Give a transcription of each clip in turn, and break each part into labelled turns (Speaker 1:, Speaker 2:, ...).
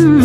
Speaker 1: Mm.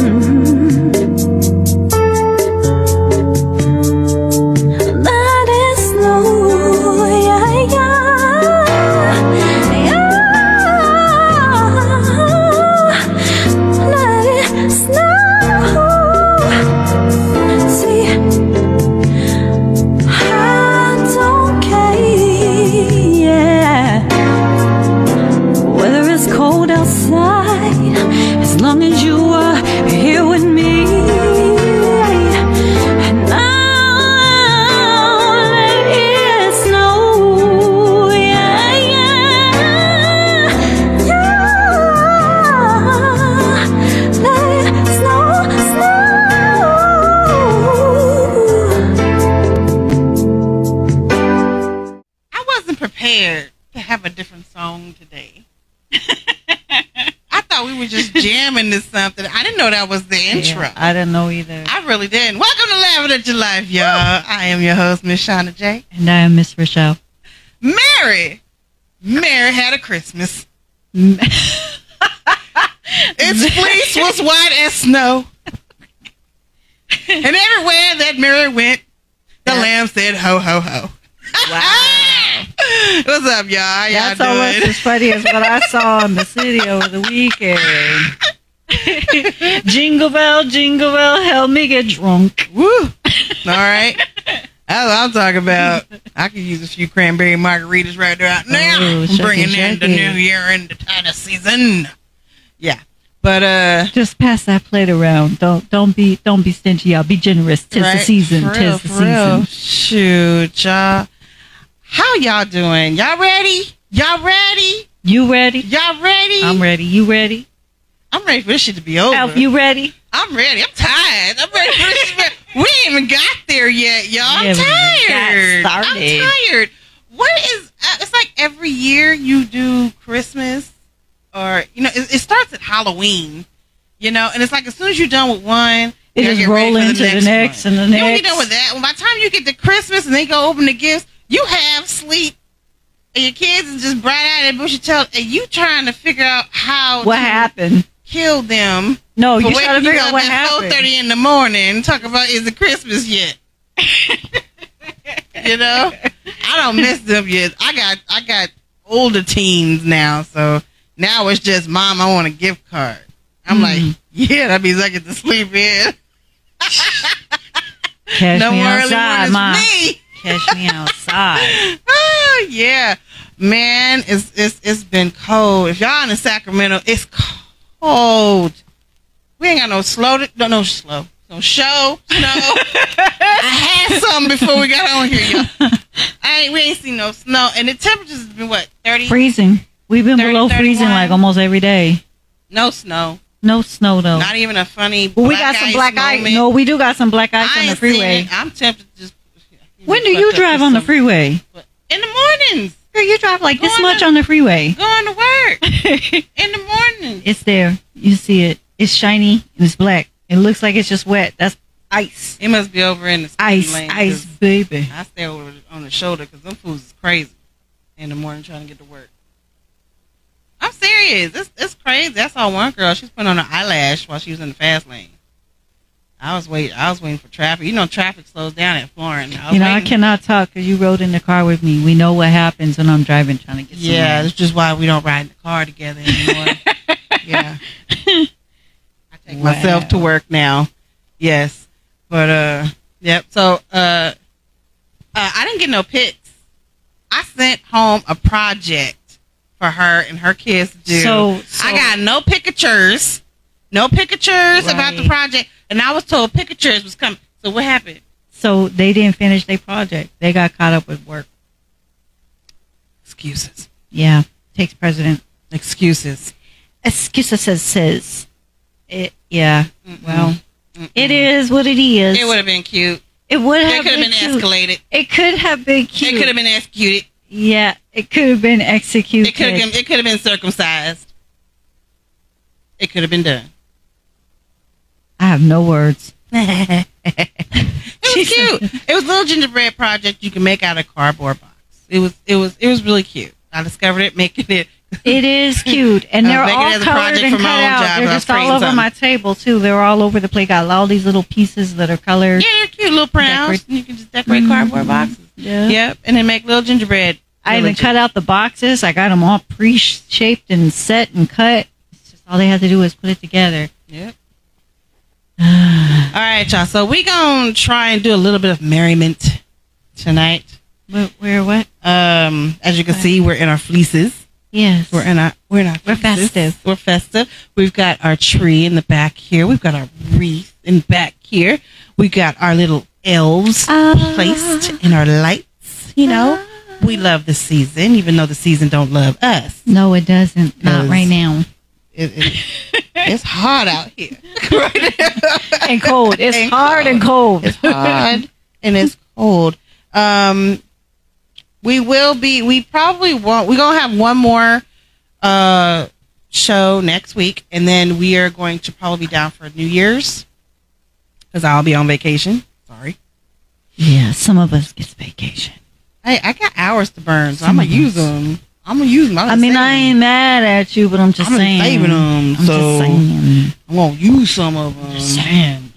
Speaker 1: I didn't know either.
Speaker 2: I really didn't. Welcome to Lavender to Life, y'all. Woo! I am your host, Miss Shauna J.
Speaker 1: And I am Miss Rochelle.
Speaker 2: Mary. Mary had a Christmas. its fleece was white as snow. and everywhere that Mary went, the yeah. lamb said, ho, ho, ho. Wow. What's up, y'all? How y'all
Speaker 1: That's almost as funny as what I saw in the city over the weekend. jingle bell, jingle bell, help me get drunk.
Speaker 2: Woo! All right. That's what I'm talking about. I could use a few cranberry margaritas right there out now. Oh, I'm bringing shucky. in the new year into China season. Yeah. But uh
Speaker 1: just pass that plate around. Don't don't be don't be stingy, y'all. Be generous. Tis right? the season. For Tis real, the season. Real.
Speaker 2: Shoot, y'all. How y'all doing? Y'all ready? Y'all ready?
Speaker 1: You ready?
Speaker 2: Y'all ready?
Speaker 1: I'm ready. You ready?
Speaker 2: I'm ready for this shit to be over.
Speaker 1: Alf, you ready?
Speaker 2: I'm ready. I'm tired. I'm ready for this. Be- we ain't even got there yet, y'all. I'm yeah, tired. Got started. I'm tired. What is? Uh, it's like every year you do Christmas, or you know, it, it, starts at Halloween, you know, and it's like as soon as you're done with one.
Speaker 1: It is rolling to the next, one. and the next.
Speaker 2: You know, you're done with that. Well, by the time you get to Christmas and they go open the gifts, you have sleep and your kids is just bright eyed and bushy tailed, and you trying to figure out how
Speaker 1: what happened
Speaker 2: kill them.
Speaker 1: No, you try to figure out what happened.
Speaker 2: Four thirty in the morning. Talk about is it Christmas yet? you know, I don't miss them yet. I got I got older teens now, so now it's just mom. I want a gift card. I'm mm. like, yeah, that means I get to sleep in.
Speaker 1: Cash no me outside, mom. Me. Cash me outside.
Speaker 2: oh yeah, man, it's it's it's been cold. If y'all in Sacramento, it's cold cold. We ain't got no slow. To, no, no slow. No show. No. I had some before we got on here, y'all. I ain't, we ain't seen no snow, and the temperatures has been what thirty.
Speaker 1: Freezing. We've been 30, below 31. freezing like almost every day.
Speaker 2: No snow.
Speaker 1: No snow though.
Speaker 2: Not even a funny.
Speaker 1: Well, we got some black moment. ice. No, we do got some black ice I on the freeway.
Speaker 2: I'm tempted to just.
Speaker 1: When do you drive on the freeway?
Speaker 2: In the mornings.
Speaker 1: Girl, you drive like going this much to, on the freeway.
Speaker 2: Going to work in the morning.
Speaker 1: It's there. You see it. It's shiny and it's black. It looks like it's just wet. That's ice.
Speaker 2: It must be over in the
Speaker 1: ice, ice, baby.
Speaker 2: I stay over on the shoulder because them fools is crazy in the morning trying to get to work. I'm serious. It's, it's crazy. I saw one girl. She's putting on her eyelash while she was in the fast lane. I was wait. I was waiting for traffic. You know, traffic slows down at Florence.
Speaker 1: You know, waiting. I cannot talk because you rode in the car with me. We know what happens when I'm driving trying to get. Somewhere.
Speaker 2: Yeah, that's just why we don't ride in the car together anymore. yeah, I take wow. myself to work now. Yes, but uh, yep. So uh, uh, I didn't get no pits. I sent home a project for her and her kids to do.
Speaker 1: So, so
Speaker 2: I got no pictures. No pictures about the
Speaker 1: Right.
Speaker 2: project. And I was told pictures was coming. So what happened?
Speaker 1: So they didn't finish their project. They got caught up with work.
Speaker 2: Excuses.
Speaker 1: Yeah, takes president.
Speaker 2: Excuses.
Speaker 1: Excuses says says. It, yeah.
Speaker 2: Mm-mm.
Speaker 1: Well,
Speaker 2: Mm-mm.
Speaker 1: it is what it is.
Speaker 2: Mm-hmm. It would have been cute.
Speaker 1: It would
Speaker 2: It
Speaker 1: have
Speaker 2: could have
Speaker 1: been,
Speaker 2: been
Speaker 1: cute.
Speaker 2: escalated.
Speaker 1: It could have been cute.
Speaker 2: It could have been executed.
Speaker 1: Yeah, it could have been executed.
Speaker 2: It could have been. It could have been circumcised. It could have been done.
Speaker 1: I have no words.
Speaker 2: It was cute. It was a little gingerbread project you can make out of cardboard box. It was. It was. It was really cute. I discovered it making it.
Speaker 1: It is cute, and
Speaker 2: I
Speaker 1: they're
Speaker 2: was making it
Speaker 1: all
Speaker 2: as a
Speaker 1: colored and
Speaker 2: project for
Speaker 1: cut
Speaker 2: my own
Speaker 1: out.
Speaker 2: job,
Speaker 1: They're
Speaker 2: I was
Speaker 1: just all
Speaker 2: creating
Speaker 1: over my table too. They're all over the place. Got all these little pieces that are colored.
Speaker 2: Yeah, they're cute little
Speaker 1: Decorate-
Speaker 2: prowls. and You can just decorate
Speaker 1: Mm-hmm.
Speaker 2: cardboard boxes.
Speaker 1: Yeah.
Speaker 2: Yep, and then make little gingerbread.
Speaker 1: I even
Speaker 2: villages.
Speaker 1: cut out the boxes. I got them all pre-shaped and set and cut. It's just all they had to do was put it together.
Speaker 2: Yep. All right, y'all. So we gonna try and do a little bit of merriment tonight.
Speaker 1: But where what?
Speaker 2: Um, as you can see, we're in our fleeces.
Speaker 1: Yes.
Speaker 2: We're in our we're in our
Speaker 1: We're festive.
Speaker 2: We're festive. We've got our tree in the back here. We've got our wreath in back here. We got our little elves
Speaker 1: Ah.
Speaker 2: placed in our lights. You know, we love the season, even though the season don't love us.
Speaker 1: no, it doesn't. Not
Speaker 2: Cause-
Speaker 1: right now.
Speaker 2: It- it- it's hard out here. Right now.
Speaker 1: And cold. It's
Speaker 2: And
Speaker 1: hard and cold.
Speaker 2: It's hard and it's cold. Um, we will be. We probably won't. We're gonna have one more uh, show next week, and then we are going to probably be down for New Year's because I'll be on vacation. Sorry,
Speaker 1: Yeah, some of us gets vacation.
Speaker 2: hey, I got hours to burn, so I'm gonna use them. I'm gonna use them.
Speaker 1: Mm-hmm. I mean, I ain't mad at you, but I'm just
Speaker 2: Oh, I'm
Speaker 1: saying.
Speaker 2: saving 'em,
Speaker 1: I'm
Speaker 2: so-
Speaker 1: just saying.
Speaker 2: I'm gonna use some of them.
Speaker 1: Just saying.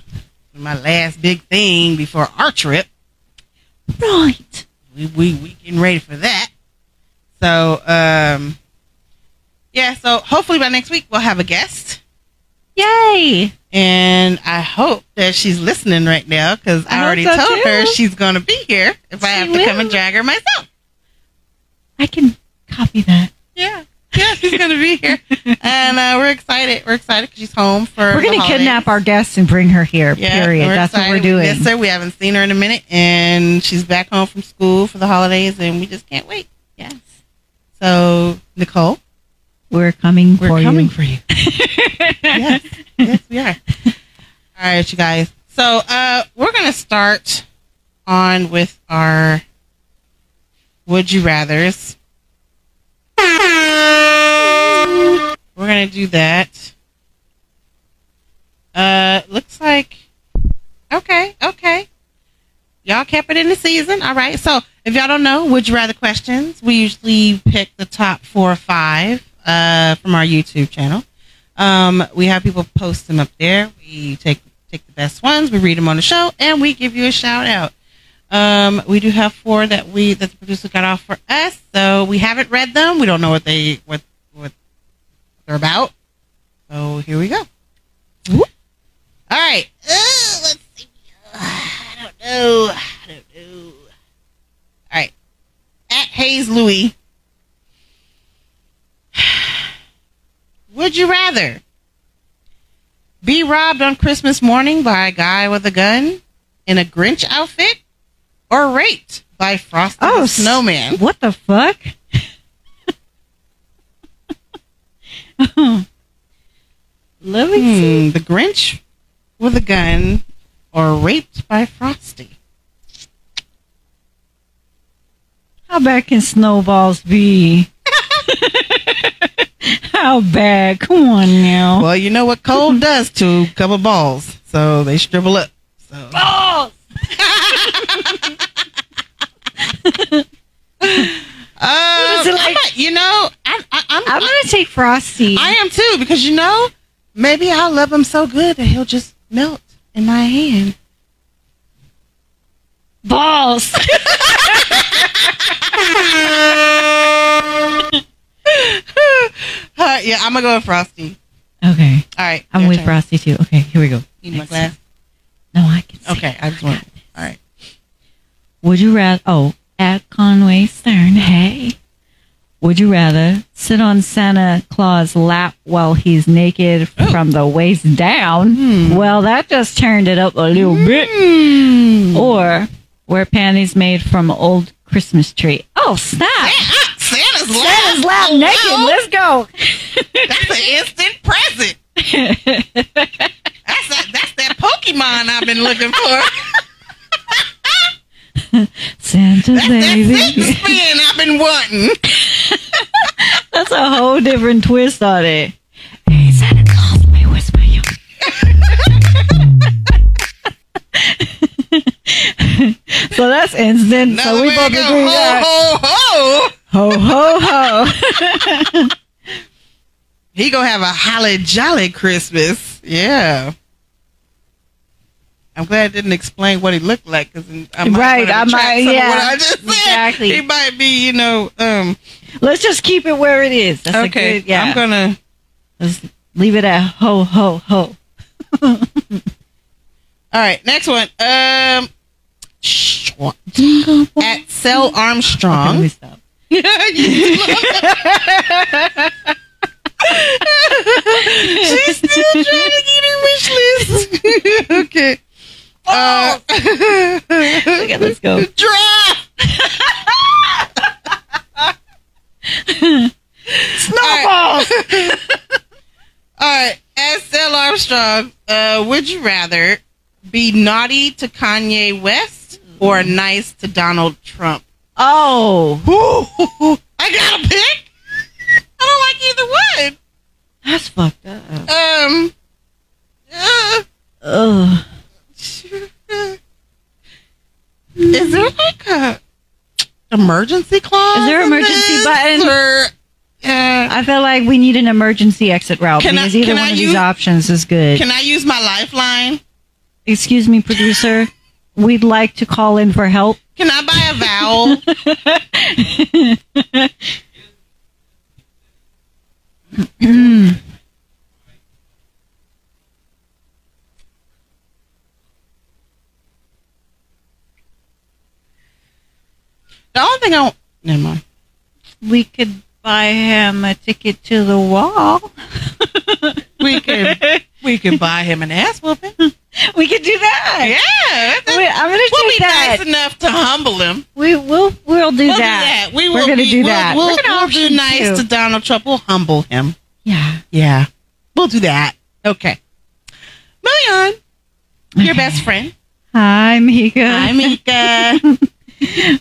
Speaker 2: My last big thing before our trip.
Speaker 1: Right.
Speaker 2: we we we getting ready for that. So um, yeah. So hopefully by next week we'll have a guest,
Speaker 1: Yay.
Speaker 2: and I hope that she's listening right now because
Speaker 1: I
Speaker 2: I,
Speaker 1: hope
Speaker 2: already
Speaker 1: so,
Speaker 2: told her
Speaker 1: too.
Speaker 2: she's gonna be here if I
Speaker 1: She
Speaker 2: have to come and
Speaker 1: will.
Speaker 2: drag her myself.
Speaker 1: I can copy that.
Speaker 2: Yeah. Yeah, she's gonna be here, and uh, we're excited. We're excited because she's home for.
Speaker 1: We're
Speaker 2: the
Speaker 1: going to
Speaker 2: holidays.
Speaker 1: kidnap our guests and bring her here,
Speaker 2: Yeah,
Speaker 1: period. That's what we're
Speaker 2: excited. We
Speaker 1: doing.
Speaker 2: miss her. We haven't seen her in a minute, and she's back home from school for the holidays, and we just can't wait.
Speaker 1: Yes.
Speaker 2: So, Nicole,
Speaker 1: We're coming
Speaker 2: We're
Speaker 1: for
Speaker 2: coming
Speaker 1: you.
Speaker 2: for you. yes, yes, we are. All right, you guys. So uh, we're gonna start on with our would you rather's. We're gonna do that. Uh, looks like okay, okay. Y'all kept it in the season, all right. So if y'all don't know, would you rather questions? We usually pick the top four or five uh, from our YouTube channel. Um, we have people post them up there. We take take the best ones, we read them on the show, and we give you a shout out. Um, we do have four that we that the producer got off for us, so we haven't read them. We don't know what they what what they're about. So here we go. All right. Uh, let's see. Uh, I don't know. I don't know. All right. At Hayes Louie. Would you rather be robbed on Christmas morning by a guy with a gun in a Grinch outfit or raped by Frosty the
Speaker 1: s-
Speaker 2: Snowman?
Speaker 1: Oh, What the fuck? Let me see.
Speaker 2: Hmm, the Grinch with a gun or raped by Frosty?
Speaker 1: How bad can snowballs be? How bad? Come on now.
Speaker 2: Well, you know what cold does to a couple balls, so they shrivel up. So.
Speaker 1: Balls!
Speaker 2: Uh,
Speaker 1: Is it like-
Speaker 2: I'm not- uh, you know, I, I, I'm,
Speaker 1: I'm
Speaker 2: I,
Speaker 1: gonna take Frosty.
Speaker 2: I am too because you know, maybe I'll love him so good that he'll just melt in my hand.
Speaker 1: Balls.
Speaker 2: All right, yeah, I'm gonna go with Frosty.
Speaker 1: okay,
Speaker 2: All right,
Speaker 1: I'm
Speaker 2: your
Speaker 1: with
Speaker 2: turn.
Speaker 1: Frosty too. Okay, here we go.
Speaker 2: Need my
Speaker 1: Next.
Speaker 2: glass.
Speaker 1: No, I can. See.
Speaker 2: Okay, I just want. All right.
Speaker 1: Would you rather? Oh, at Conway Stern. Hey, Would you rather sit on Santa Claus' lap while he's naked
Speaker 2: Oh.
Speaker 1: from the waist down?
Speaker 2: Hmm.
Speaker 1: Well, that just turned it up a little bit. Or wear panties made from old Christmas tree. Oh, snap!
Speaker 2: Ah, Santa's lap.
Speaker 1: Santa's lap
Speaker 2: Oh,
Speaker 1: naked.
Speaker 2: wow.
Speaker 1: Let's go.
Speaker 2: That's an instant present. that's that. That's that Pokemon I've been looking for.
Speaker 1: Santa
Speaker 2: That's that
Speaker 1: baby.
Speaker 2: sentence spin I've been wanting.
Speaker 1: That's a whole different twist on it. Hey, Santa Claus, may whisper you. so that's instant.
Speaker 2: Now
Speaker 1: so we both agree. that.
Speaker 2: Ho ho ho.
Speaker 1: Ho ho ho.
Speaker 2: He gonna have a holly jolly Christmas. Yeah. I'm glad I didn't explain what he looked like because I might
Speaker 1: Right,
Speaker 2: wanna
Speaker 1: I
Speaker 2: attract
Speaker 1: might-
Speaker 2: some of
Speaker 1: yeah,
Speaker 2: what I just said.
Speaker 1: exactly.
Speaker 2: He might be, you know. Um,
Speaker 1: Let's just keep it where it is. That's
Speaker 2: okay,
Speaker 1: a good, yeah.
Speaker 2: I'm gonna.
Speaker 1: Let's leave it at ho ho ho.
Speaker 2: All right, next one. Um, sh-
Speaker 1: Jingle bell.
Speaker 2: at Cell
Speaker 1: Okay, let me
Speaker 2: Armstrong.
Speaker 1: stop.
Speaker 2: She's still trying to get her wish list. okay. Uh,
Speaker 1: Okay, let's go.
Speaker 2: draft.
Speaker 1: Snowballs.
Speaker 2: All right, S.L. Armstrong, uh, would you rather be naughty to Kanye West or nice to Donald Trump?
Speaker 1: Oh,
Speaker 2: I gotta pick. I don't like either
Speaker 1: that's fucked up.
Speaker 2: one. Um, uh,
Speaker 1: Ugh.
Speaker 2: is there like a emergency clause?
Speaker 1: Is there
Speaker 2: in
Speaker 1: emergency
Speaker 2: this,
Speaker 1: button?
Speaker 2: Or, uh,
Speaker 1: I feel like we need an emergency exit route
Speaker 2: Can I-
Speaker 1: because either
Speaker 2: can
Speaker 1: one
Speaker 2: I
Speaker 1: of
Speaker 2: use-
Speaker 1: these options is good.
Speaker 2: can I use my lifeline?
Speaker 1: Excuse me, producer. We'd like to call in for help.
Speaker 2: Can I buy a vowel? the only thing I don't, never mind.
Speaker 1: We could buy him a ticket to the wall.
Speaker 2: We could we could buy him an ass whooping.
Speaker 1: We could do
Speaker 2: Yeah,
Speaker 1: that.
Speaker 2: that's-
Speaker 1: We- I'm going to
Speaker 2: we'll be
Speaker 1: take that.
Speaker 2: nice enough to humble him.
Speaker 1: We will. We'll do
Speaker 2: We'll
Speaker 1: that.
Speaker 2: do that. We will
Speaker 1: We're going to
Speaker 2: be-
Speaker 1: do
Speaker 2: we'll-
Speaker 1: that.
Speaker 2: We'll,
Speaker 1: We're gonna
Speaker 2: we'll be
Speaker 1: option
Speaker 2: nice
Speaker 1: two.
Speaker 2: to Donald Trump. We'll humble him.
Speaker 1: Yeah.
Speaker 2: Yeah, we'll do that. Okay. Moving on. Your
Speaker 1: Okay.
Speaker 2: best friend.
Speaker 1: Hi, Mika.
Speaker 2: Hi, Mika.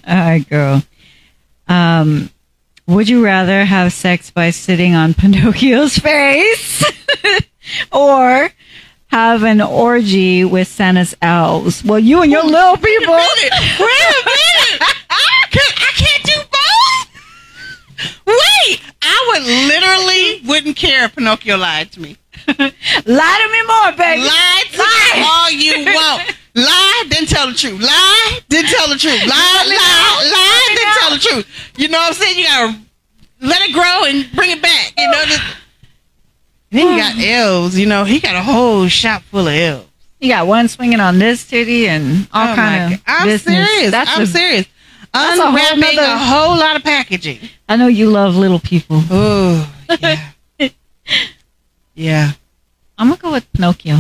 Speaker 1: All right, girl. Um, would you rather have sex by sitting on Pinocchio's face or have an orgy with Santa's elves? Well, you and your little people.
Speaker 2: Wait a minute. Wait a minute. I can't, I can't do both. Wait, I would literally wouldn't care if Pinocchio lied to me.
Speaker 1: Lie to me more, baby.
Speaker 2: Lie to me all you want. Lie, then tell the truth. Lie, then tell the truth. Lie, lie, lie, then tell the truth. You know what I'm saying? You gotta let it grow and bring it back. You know. Just... Then you got elves. You know he got a whole shop full of elves.
Speaker 1: You got one swinging on this titty and all
Speaker 2: Oh
Speaker 1: kind
Speaker 2: my
Speaker 1: of
Speaker 2: God. I'm
Speaker 1: business.
Speaker 2: serious.
Speaker 1: That's
Speaker 2: I'm
Speaker 1: a-
Speaker 2: serious.
Speaker 1: that's a whole
Speaker 2: Unwrapping a whole,
Speaker 1: nother-
Speaker 2: lot of packaging.
Speaker 1: I know you love little people.
Speaker 2: Oh yeah, yeah.
Speaker 1: I'm gonna go with Pinocchio.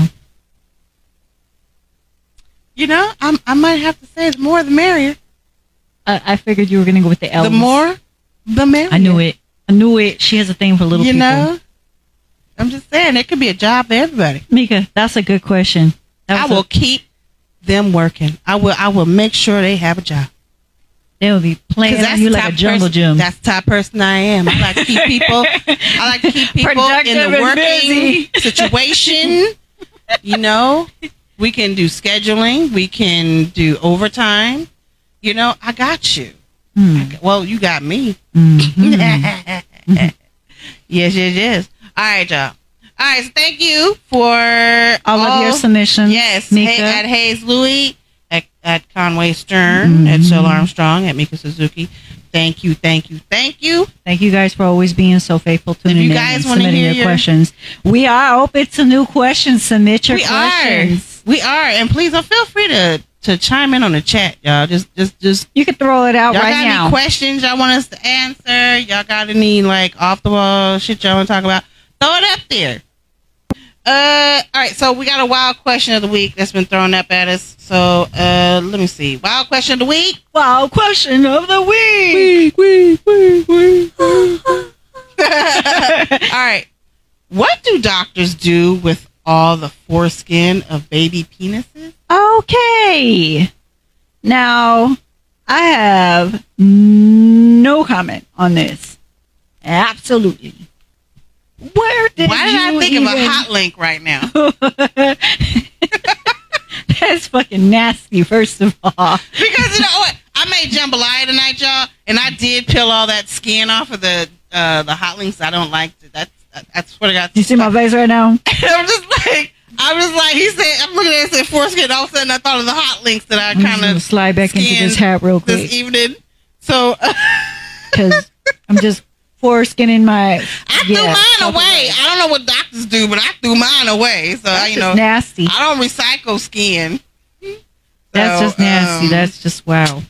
Speaker 2: You know, I'm, I might have to say the more the merrier.
Speaker 1: I, I figured you were gonna go with the elves.
Speaker 2: The more, the merrier.
Speaker 1: I knew it. I knew it. She has a thing for little
Speaker 2: you
Speaker 1: people.
Speaker 2: know i'm just saying it could be a job for everybody
Speaker 1: Mika, that's a good question. That
Speaker 2: i
Speaker 1: was a-
Speaker 2: will keep them working i will i will make sure they have a job
Speaker 1: They will be playing on you
Speaker 2: the
Speaker 1: like
Speaker 2: type
Speaker 1: a
Speaker 2: of
Speaker 1: jungle
Speaker 2: person,
Speaker 1: gym.
Speaker 2: that's the type of person i am i like to keep people i like to keep people
Speaker 1: Productive
Speaker 2: in the
Speaker 1: and
Speaker 2: working
Speaker 1: busy.
Speaker 2: situation you know we can do scheduling we can do overtime you know i got you
Speaker 1: Mm,
Speaker 2: well you got me
Speaker 1: mhm.
Speaker 2: yes yes yes all right y'all all right so thank you for
Speaker 1: All of your submissions.
Speaker 2: Yes,
Speaker 1: Mika.
Speaker 2: Hay- at Hayes Louie, at, at Conway Stern, at
Speaker 1: Mm-hmm.
Speaker 2: Shell Armstrong, at Mika Suzuki. Thank you, thank you, thank you.
Speaker 1: Thank you guys for always being so faithful to
Speaker 2: If you
Speaker 1: me
Speaker 2: guys
Speaker 1: and
Speaker 2: wanna
Speaker 1: submitting
Speaker 2: hear
Speaker 1: your,
Speaker 2: your-
Speaker 1: questions. We are open to new questions. Submit your
Speaker 2: we
Speaker 1: questions.
Speaker 2: are, we are, and please don't uh, feel free to to chime in on the chat, y'all. Just, just, just
Speaker 1: You could throw it out
Speaker 2: y'all
Speaker 1: Oh, right
Speaker 2: got
Speaker 1: now.
Speaker 2: any questions y'all want us to answer? Y'all got any like off the wall shit y'all want to talk about? Throw it up there. Uh, all right. So we got a wild question of the week that's been thrown up at us. So uh, let me see. Wild question of the week.
Speaker 1: wow, question of the week.
Speaker 2: Week, week, week, week. all right. What do doctors do with all the foreskin of baby penises?
Speaker 1: Okay. Now, I have no comment on this. Absolutely. Where did
Speaker 2: Why did I
Speaker 1: you
Speaker 2: think of a
Speaker 1: even-
Speaker 2: hot link right now?
Speaker 1: That's fucking nasty, first of all.
Speaker 2: Because you know what? I made jambalaya tonight, y'all, and I did peel all that skin off of the uh, the hot links. I don't like that. That's that's what I got.
Speaker 1: Do you see my face right now?
Speaker 2: I'm just like I'm just like he said. I'm looking at it, said foreskin. All of a sudden, I thought of the hot links that I
Speaker 1: I'm just
Speaker 2: kind
Speaker 1: gonna
Speaker 2: of
Speaker 1: slide back into this
Speaker 2: skinned
Speaker 1: hat real
Speaker 2: this
Speaker 1: quick
Speaker 2: evening. So uh,
Speaker 1: because I'm just foreskinning my.
Speaker 2: I
Speaker 1: yeah,
Speaker 2: threw mine
Speaker 1: off the
Speaker 2: away.
Speaker 1: way.
Speaker 2: I don't know what doctors do, but I threw mine away. So
Speaker 1: That's
Speaker 2: you
Speaker 1: just
Speaker 2: know,
Speaker 1: nasty.
Speaker 2: I don't recycle skin.
Speaker 1: That's
Speaker 2: So,
Speaker 1: just nasty.
Speaker 2: um,
Speaker 1: That's just wow.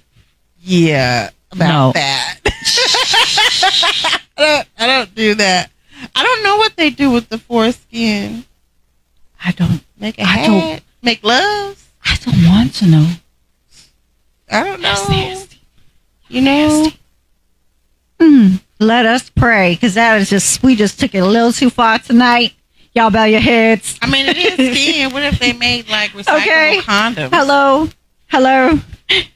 Speaker 2: Yeah,
Speaker 1: No.
Speaker 2: about that. I don't. I don't do that. I don't know what they do with the foreskin.
Speaker 1: I don't.
Speaker 2: Make a
Speaker 1: I
Speaker 2: hat.
Speaker 1: don't-
Speaker 2: Make loves.
Speaker 1: I don't want to know.
Speaker 2: I don't know.
Speaker 1: That's nasty.
Speaker 2: You know.
Speaker 1: Nasty. Mm. Let us pray because that is just we just took it a little too far tonight. Y'all bow your heads.
Speaker 2: I mean, it is skin. what if they made like recyclable
Speaker 1: Okay.
Speaker 2: condoms?
Speaker 1: Hello, hello,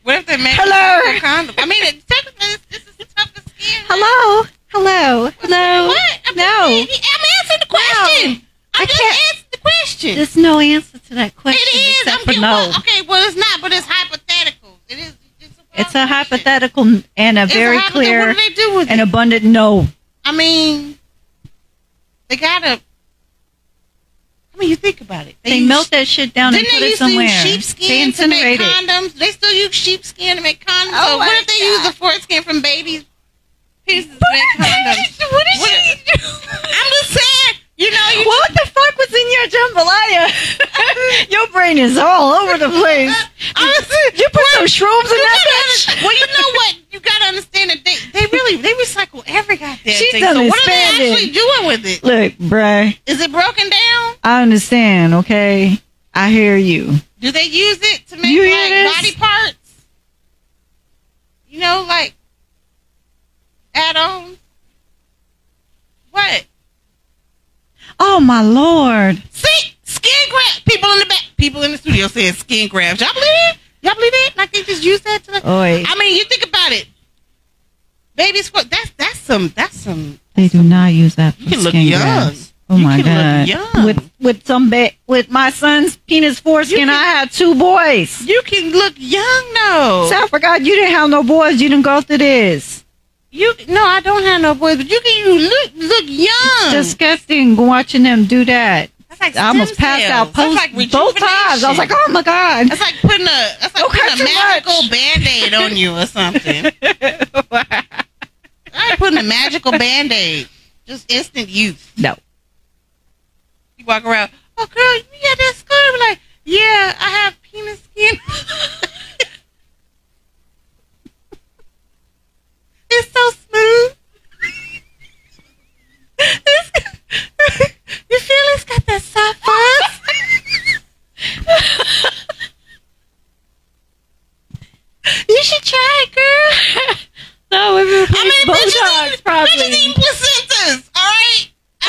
Speaker 2: What if they made
Speaker 1: Hello.
Speaker 2: recyclable condoms? I mean, it, technically, it's- this is the toughest skin.
Speaker 1: hello, hello, hello.
Speaker 2: What? I'm
Speaker 1: No.
Speaker 2: Just, I'm answering the question. I'm
Speaker 1: I
Speaker 2: just
Speaker 1: can't-
Speaker 2: answering the question.
Speaker 1: There's no answer to that question
Speaker 2: it is.
Speaker 1: except
Speaker 2: I'm
Speaker 1: for
Speaker 2: getting,
Speaker 1: no.
Speaker 2: well, okay, well, it's not, but it's hypothetical. It is. It's a,
Speaker 1: It's a
Speaker 2: wild question.
Speaker 1: hypothetical and a
Speaker 2: It's
Speaker 1: very
Speaker 2: hypothetical. What
Speaker 1: clear
Speaker 2: do they do with
Speaker 1: and
Speaker 2: it?
Speaker 1: abundant no.
Speaker 2: I mean, they gotta. I mean, you think about it.
Speaker 1: They
Speaker 2: use-
Speaker 1: melt that shit down and
Speaker 2: Didn't
Speaker 1: put
Speaker 2: they
Speaker 1: it
Speaker 2: used to
Speaker 1: somewhere.
Speaker 2: use
Speaker 1: they
Speaker 2: sheepskin to make
Speaker 1: incinerate it.
Speaker 2: condoms? They still use sheepskin to make condoms.
Speaker 1: Oh
Speaker 2: so
Speaker 1: my
Speaker 2: what if they use
Speaker 1: God.
Speaker 2: the foreskin from babies pieces to make condoms?
Speaker 1: what did
Speaker 2: What-
Speaker 1: she do?
Speaker 2: I'm just saying, you know, you
Speaker 1: What the fuck was in your jambalaya? your brain is all over the place.
Speaker 2: I'm just saying,
Speaker 1: You put some shrooms in
Speaker 2: you
Speaker 1: that
Speaker 2: gotta
Speaker 1: bitch.
Speaker 2: under- well, you know what? You gotta understand that they, they really they recycle every goddamn
Speaker 1: She's
Speaker 2: thing.
Speaker 1: done
Speaker 2: So what are they
Speaker 1: expanded.
Speaker 2: actually doing with it?
Speaker 1: Look, bruh,
Speaker 2: Is it broken down?
Speaker 1: I understand, okay? I hear you.
Speaker 2: Do they use it to make
Speaker 1: You hear
Speaker 2: like
Speaker 1: this?
Speaker 2: body parts? You know, like add-ons. What?
Speaker 1: Oh my lord.
Speaker 2: See, skin grab. People in the back. People in the studio saying skin grabs. Y'all believe it? Y'all believe it? Like they just use that to. Like,
Speaker 1: Oi.
Speaker 2: I mean, you think about it. Babies, what? That's that's some. That's some.
Speaker 1: They do not use that for
Speaker 2: You can look
Speaker 1: skin
Speaker 2: young.
Speaker 1: grafts. Oh
Speaker 2: You
Speaker 1: my
Speaker 2: can
Speaker 1: god!
Speaker 2: look young.
Speaker 1: With with some ba- with my son's penis foreskin,
Speaker 2: can-
Speaker 1: I had two boys.
Speaker 2: You can look young though.
Speaker 1: So I forgot you didn't have no boys. You didn't go through this.
Speaker 2: you no, I don't have no boys, but you can you look look young.
Speaker 1: Disgusting watching them do that.
Speaker 2: that's like
Speaker 1: I almost
Speaker 2: stem
Speaker 1: passed
Speaker 2: cells.
Speaker 1: out post
Speaker 2: That's like
Speaker 1: both times. I was like,
Speaker 2: rejuvenation.
Speaker 1: oh my god.
Speaker 2: That's like putting a that's like
Speaker 1: Don't cut
Speaker 2: putting a
Speaker 1: too much.
Speaker 2: magical band-aid on you or something. I ain't putting a magical band-aid. Just instant youth.
Speaker 1: no.
Speaker 2: You walk around, oh girl, you got that scar? I'm like, yeah, I have penis skin. it's so smooth. It's- you feel it's got that soft fuzz. you should try it, girl.
Speaker 1: No, it was
Speaker 2: I mean, bitches
Speaker 1: Botox
Speaker 2: eating,
Speaker 1: probably.
Speaker 2: bitches eating placentas. All right, I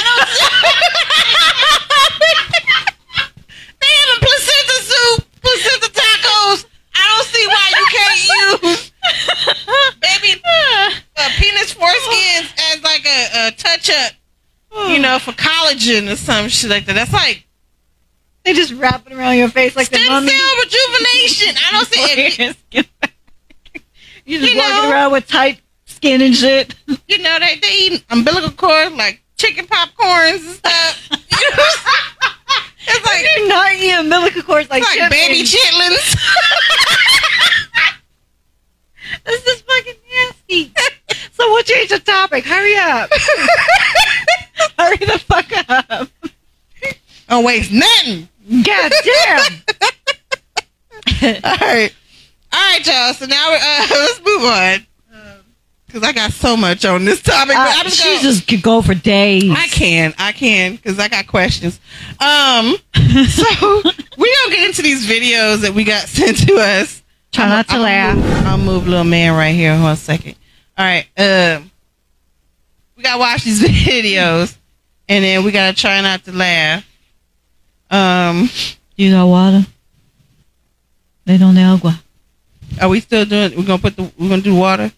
Speaker 2: don't. they having placenta soup, placenta tacos. I don't see why you can't use baby uh, penis foreskins as like a, a touch up, you know, for collagen or some shit like that. That's like
Speaker 1: they just wrap it around your face like the
Speaker 2: stem cell
Speaker 1: mummy.
Speaker 2: rejuvenation. I don't see it.
Speaker 1: you just
Speaker 2: You
Speaker 1: walking
Speaker 2: know?
Speaker 1: around with tight skin and shit.
Speaker 2: you know, they they eat umbilical cord like chicken popcorns and stuff. You know what I'm saying? it's like
Speaker 1: You're not eating milk, of course, like,
Speaker 2: it's like
Speaker 1: shit,
Speaker 2: baby chitlins.
Speaker 1: This is fucking nasty. so we'll change the topic. Hurry up. Hurry the fuck up.
Speaker 2: Don't waste nothing.
Speaker 1: God damn.
Speaker 2: All right. All right, y'all. So now uh, let's move on. Because I got so much on this topic. But I'm
Speaker 1: Uh,
Speaker 2: just
Speaker 1: she
Speaker 2: gonna-
Speaker 1: just could go for days.
Speaker 2: I can, I can, because I got questions. Um, so we gonna get into these videos that we got sent to us.
Speaker 1: Try not to
Speaker 2: I'll
Speaker 1: laugh.
Speaker 2: Move, I'll move little man right here. Hold on a second. All right. Um, we gotta watch these videos, and then we gotta try not to laugh. Um,
Speaker 1: You got water? They don't agua.
Speaker 2: are we still doing? We're gonna put the. We're gonna do water.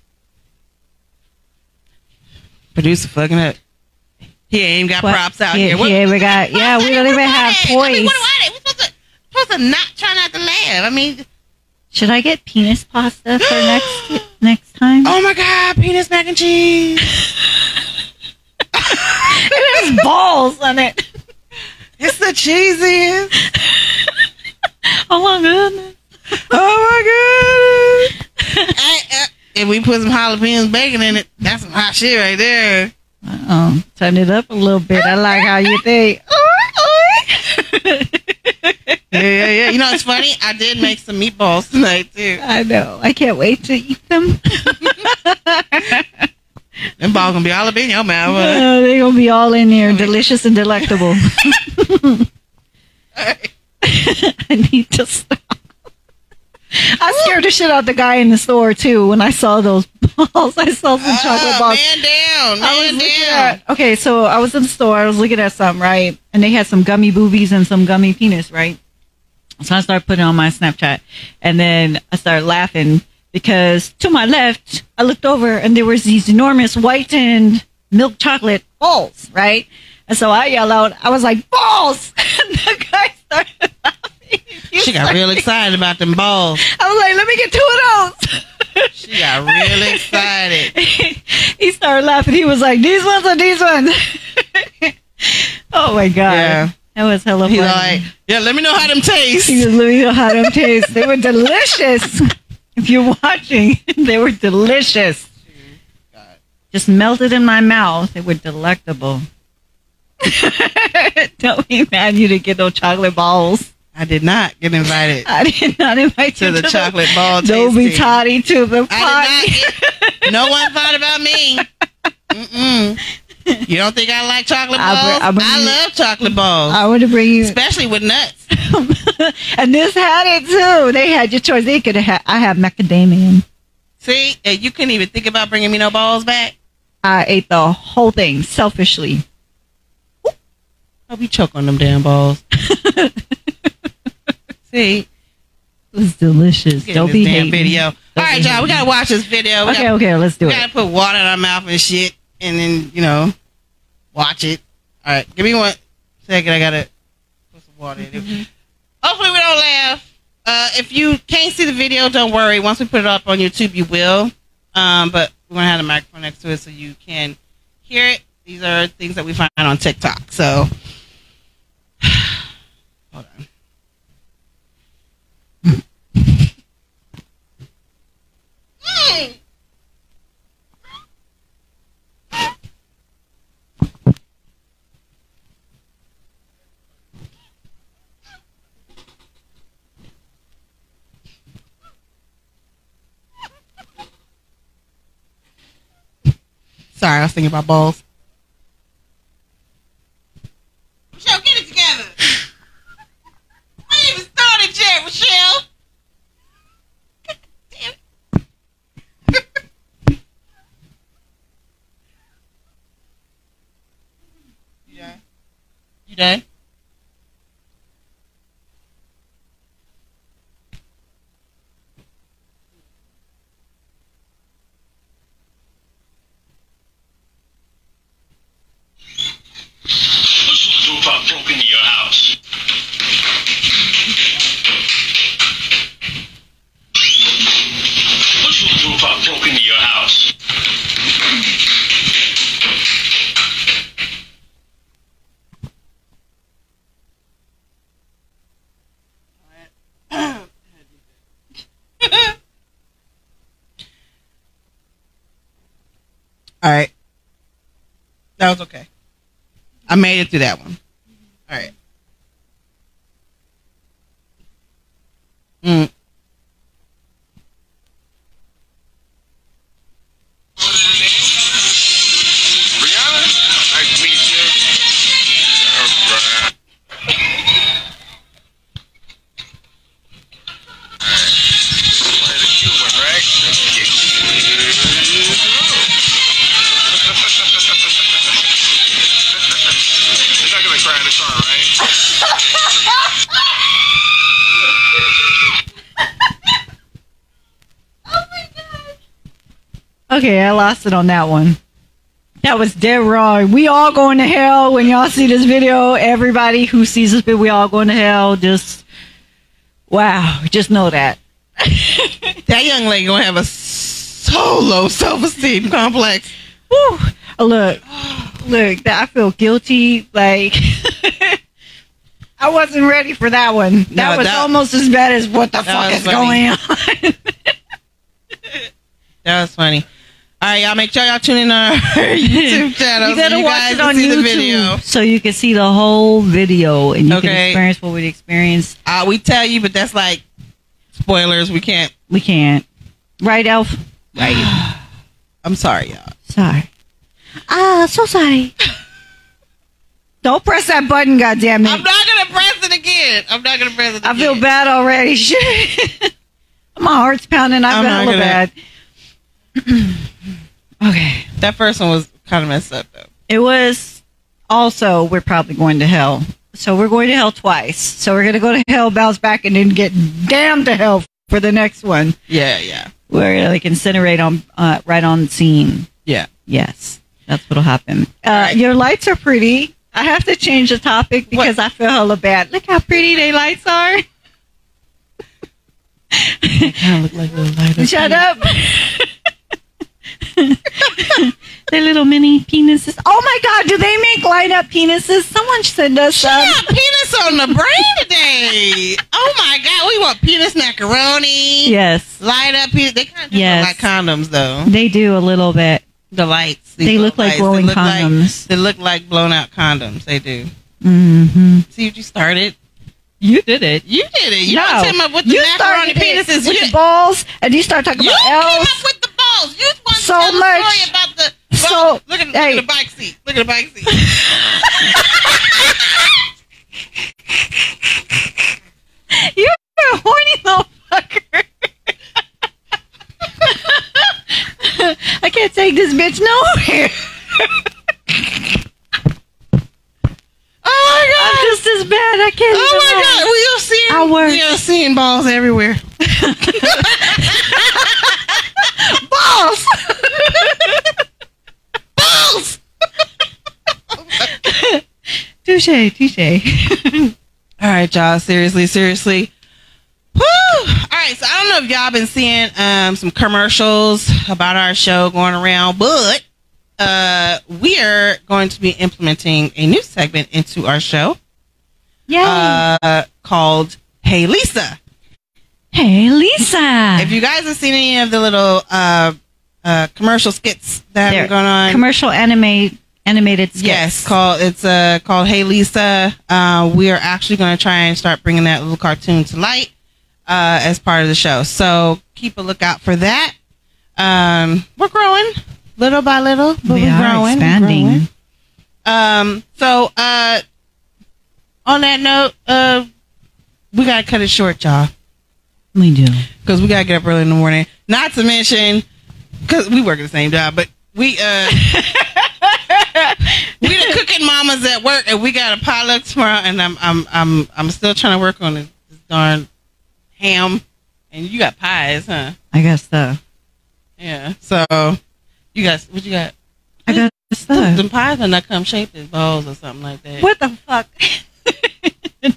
Speaker 2: Producer fucking up. He ain't even got
Speaker 1: What?
Speaker 2: props out
Speaker 1: Yeah,
Speaker 2: here. What-
Speaker 1: yeah, we got-
Speaker 2: what-
Speaker 1: yeah,
Speaker 2: what-
Speaker 1: we don't even
Speaker 2: what-
Speaker 1: have
Speaker 2: what- I mean,
Speaker 1: toys.
Speaker 2: what- what- We're supposed to, supposed to not try not to laugh. I mean,
Speaker 1: Should I get penis pasta for next next time?
Speaker 2: oh my god, penis mac and cheese.
Speaker 1: it has balls on it.
Speaker 2: It's the cheesiest.
Speaker 1: Oh my goodness.
Speaker 2: Oh my god. I, I, if we put some jalapenos bacon in it, that's some hot shit right there.
Speaker 1: Uh-oh. Um, Turn it up a little bit. I like how you think.
Speaker 2: Yeah, yeah, yeah. You know, it's funny. I did make some meatballs tonight too.
Speaker 1: I know. I can't wait to eat them.
Speaker 2: Them balls gonna be all up in your mouth. huh?
Speaker 1: Uh, they're gonna be all in there, delicious and delectable. I need to stop. I scared the shit out the guy in the store too when I saw those balls. I saw some chocolate
Speaker 2: Oh,
Speaker 1: balls.
Speaker 2: man down,
Speaker 1: I was
Speaker 2: man
Speaker 1: looking
Speaker 2: down.
Speaker 1: at okay, so I was in the store. I was looking at something right, and they had some gummy boobies and some gummy penis right. So I started putting it on my Snapchat, and then I started laughing because to my left, I looked over and there was these enormous whitened milk chocolate balls right. And so I yelled out, I was like balls, and the guy started laughing. He
Speaker 2: She
Speaker 1: was
Speaker 2: got
Speaker 1: like-
Speaker 2: real excited about them balls.
Speaker 1: I was like, let me get two of those.
Speaker 2: She got real excited.
Speaker 1: he started laughing. He was like, "These ones are these ones." oh my god,
Speaker 2: Yeah.
Speaker 1: that was hella
Speaker 2: He's
Speaker 1: funny.
Speaker 2: like, yeah, let me know how them taste.
Speaker 1: he was living know how them taste. They were delicious. if you're watching, they were delicious.
Speaker 2: God.
Speaker 1: Just melted in my mouth. They were delectable. Don't be mad you didn't get no chocolate balls.
Speaker 2: I did not get invited
Speaker 1: I did not invite
Speaker 2: to
Speaker 1: you
Speaker 2: the chocolate ball
Speaker 1: Dobie
Speaker 2: tasting.
Speaker 1: Toddy to the
Speaker 2: I
Speaker 1: party.
Speaker 2: did not get, no one thought about me. Mm-mm. You don't think I like chocolate
Speaker 1: I
Speaker 2: balls?
Speaker 1: br- I
Speaker 2: I,
Speaker 1: bring you-
Speaker 2: love chocolate balls,
Speaker 1: I want to bring you
Speaker 2: especially with nuts.
Speaker 1: and this had it too. They had your choice. They could have. I have macadamia.
Speaker 2: See, and you couldn't even think about bringing me no balls back.
Speaker 1: I ate the whole thing selfishly.
Speaker 2: I'll be choking them damn balls. See,
Speaker 1: It was delicious.
Speaker 2: get
Speaker 1: Don't
Speaker 2: this
Speaker 1: be
Speaker 2: damn
Speaker 1: hating.
Speaker 2: video. Oh, All
Speaker 1: Don't be
Speaker 2: right, y'all, we
Speaker 1: hating.
Speaker 2: gotta watch this video. We,
Speaker 1: Okay,
Speaker 2: gotta,
Speaker 1: okay, let's do
Speaker 2: we
Speaker 1: it.
Speaker 2: gotta put water in our mouth and shit, and then you know, watch it. All right, give me one second. I gotta put some water in it.
Speaker 1: Mm-hmm.
Speaker 2: Hopefully, we don't laugh. Uh, if you can't see the video, don't worry. Once we put it up on YouTube, you will. Um, but we're gonna have a microphone next to it so you can hear it. These are things that we find on TikTok. So, hold on. Sorry, I was thinking about balls. Michelle, get it together. we ain't even started yet, Michelle. Damn it. you done? You done?
Speaker 3: What you do if I broke into your house? What you do if I broke into your house?
Speaker 2: All right. That was okay. I made it through that one. All right. Mm.
Speaker 1: Okay, I lost it on that one. That was dead wrong. We all going to hell when y'all see this video. Everybody who sees this video, we all going to hell. Just wow, just know that.
Speaker 2: That young lady gonna have a so low self esteem complex.
Speaker 1: Woo. Look, look, that I feel guilty. Like I wasn't ready for that one. That
Speaker 2: No,
Speaker 1: was
Speaker 2: that-
Speaker 1: almost as bad as what the
Speaker 2: That
Speaker 1: fuck
Speaker 2: was
Speaker 1: is going
Speaker 2: funny.
Speaker 1: on.
Speaker 2: That was funny. All right, y'all make sure y'all tune in on our YouTube channel.
Speaker 1: you
Speaker 2: so
Speaker 1: gotta watch
Speaker 2: guys
Speaker 1: it
Speaker 2: can
Speaker 1: on
Speaker 2: see
Speaker 1: YouTube
Speaker 2: The video.
Speaker 1: so you can see the whole video and you can
Speaker 2: Okay.
Speaker 1: experience what we experienced.
Speaker 2: Uh, we tell you, but that's like spoilers. We can't.
Speaker 1: We can't, right, Elf?
Speaker 2: Right. I'm sorry, y'all.
Speaker 1: Sorry. Ah, so sorry. Don't press that button, goddamn
Speaker 2: I'm
Speaker 1: it!
Speaker 2: not gonna press it again. I'm not gonna press it.
Speaker 1: I
Speaker 2: Again.
Speaker 1: feel bad already. Shit. My heart's pounding. I
Speaker 2: I'm
Speaker 1: feel
Speaker 2: not
Speaker 1: hella
Speaker 2: gonna-
Speaker 1: bad. okay.
Speaker 2: That first one was kind of messed up though.
Speaker 1: It was also, we're probably going to hell. So we're going to hell twice. So we're going to go to hell, bounce back, and then get damned to hell for the next one.
Speaker 2: Yeah, yeah,
Speaker 1: We're gonna like incinerate on uh, right on scene.
Speaker 2: yeah.
Speaker 1: Yes, that's what'll happen. Uh, your lights are pretty. I have to change the topic because I feel hella bad. Look how pretty they lights are.
Speaker 2: Kind of look like little lighter.
Speaker 1: Shut up. They're little mini penises. Oh my god, do they make light up penises? Someone send us
Speaker 2: She
Speaker 1: some.
Speaker 2: got penis on the brain today. oh my god, we want penis macaroni.
Speaker 1: Yes,
Speaker 2: Light up penis. They kind of do
Speaker 1: Yes.
Speaker 2: look like condoms though.
Speaker 1: they do a little bit.
Speaker 2: The lights. these
Speaker 1: They
Speaker 2: little
Speaker 1: look like
Speaker 2: lights,
Speaker 1: glowing
Speaker 2: look like-
Speaker 1: condoms.
Speaker 2: they look like blown out condoms. They do.
Speaker 1: hmm
Speaker 2: See what you started.
Speaker 1: You did it.
Speaker 2: You did it. You
Speaker 1: No.
Speaker 2: no. came up with the
Speaker 1: You
Speaker 2: macaroni
Speaker 1: started it
Speaker 2: penises.
Speaker 1: with
Speaker 2: You,
Speaker 1: the balls, and you start talking
Speaker 2: you
Speaker 1: about
Speaker 2: came
Speaker 1: L's.
Speaker 2: up with the balls. You want
Speaker 1: So
Speaker 2: to tell
Speaker 1: much.
Speaker 2: a story about the
Speaker 1: So-
Speaker 2: well, look, at, look
Speaker 1: hey.
Speaker 2: at the bike seat. Look at the bike seat.
Speaker 1: You're a horny little fucker. I can't take this bitch nowhere.
Speaker 2: Oh my god.
Speaker 1: I'm just as bad. I can't.
Speaker 2: Oh my
Speaker 1: even-
Speaker 2: god, we are seeing
Speaker 1: I work.
Speaker 2: we are seeing balls everywhere.
Speaker 1: Balls.
Speaker 2: Balls.
Speaker 1: Touche, touche.
Speaker 2: All right, y'all. Seriously, seriously. Woo! All right, so I don't know if y'all been seeing um, some commercials about our show going around, but uh, we are going to be implementing a new segment into our show
Speaker 1: yeah.
Speaker 2: uh, called "Hey Lisa."
Speaker 1: hey, Lisa.
Speaker 2: If you guys have seen any of the little uh, uh, commercial skits that
Speaker 1: They're
Speaker 2: have been going on,
Speaker 1: commercial anime animated skits.
Speaker 2: Yes, called it's uh called Hey Lisa. Uh, we are actually going to try and start bringing that little cartoon to light uh, as part of the show. So keep a lookout for that. Um, we're growing little by little, but
Speaker 1: we
Speaker 2: we're
Speaker 1: are
Speaker 2: growing, we're
Speaker 1: expanding.
Speaker 2: growing. Um, so uh, on that note, uh, we gotta cut it short, y'all,
Speaker 1: We do.
Speaker 2: because we gotta get up early in the morning. Not to mention, because we work at the same job, but we uh. we the cooking mamas at work, and we got a potluck tomorrow, and I'm I'm I'm I'm still trying to work on this, this darn ham, and you got pies, huh?
Speaker 1: I got stuff.
Speaker 2: Yeah. So you got what you got?
Speaker 1: I got
Speaker 2: The
Speaker 1: stuff.
Speaker 2: pies are not come shaped as balls or something like that.
Speaker 1: What the fuck?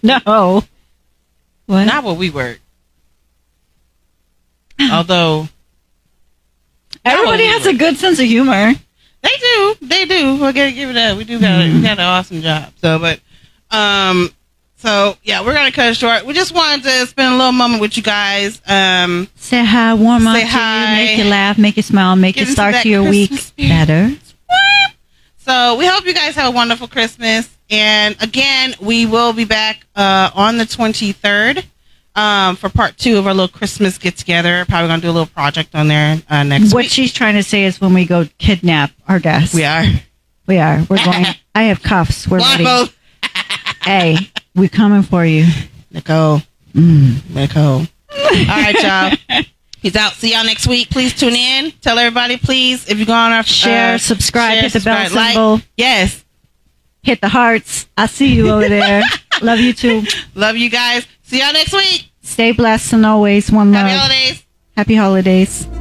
Speaker 1: no. What?
Speaker 2: Not where we work. Although
Speaker 1: Everybody has a good sense of humor.
Speaker 2: they do, they do. We're gonna give it up. We do got a, we got an awesome job. So, but um, so yeah, we're gonna cut it short. We just wanted to spend a little moment with you guys. Um.
Speaker 1: Say hi, warm up
Speaker 2: Say
Speaker 1: to
Speaker 2: hi.
Speaker 1: you, make you laugh, make you smile, make
Speaker 2: Get
Speaker 1: you
Speaker 2: into
Speaker 1: start
Speaker 2: that
Speaker 1: to your week
Speaker 2: Christmas spirit.
Speaker 1: better.
Speaker 2: So we hope you guys have a wonderful Christmas. And again, we will be back uh, on the 23rd um, for part two of our little Christmas get together. Probably going to do a little project on there uh, next
Speaker 1: What
Speaker 2: week.
Speaker 1: she's trying to say is when we go kidnap our guests.
Speaker 2: we are.
Speaker 1: We are. We're going. I have cuffs. We're ready.
Speaker 2: Blindfold.
Speaker 1: Hey, we're coming for you.
Speaker 2: Uh, Nicole.
Speaker 1: Mm.
Speaker 2: Nicole. All right, y'all. He's out. See y'all next week. Please tune in. Tell everybody, please, if you go on our
Speaker 1: Share,
Speaker 2: uh,
Speaker 1: subscribe,
Speaker 2: share,
Speaker 1: hit the bell
Speaker 2: subscribe, like.
Speaker 1: symbol,
Speaker 2: Yes.
Speaker 1: hit the hearts. I see you over there. Love you too.
Speaker 2: Love you guys. See y'all next week.
Speaker 1: Stay blessed and always one
Speaker 2: Happy
Speaker 1: love.
Speaker 2: holidays.
Speaker 1: Happy holidays.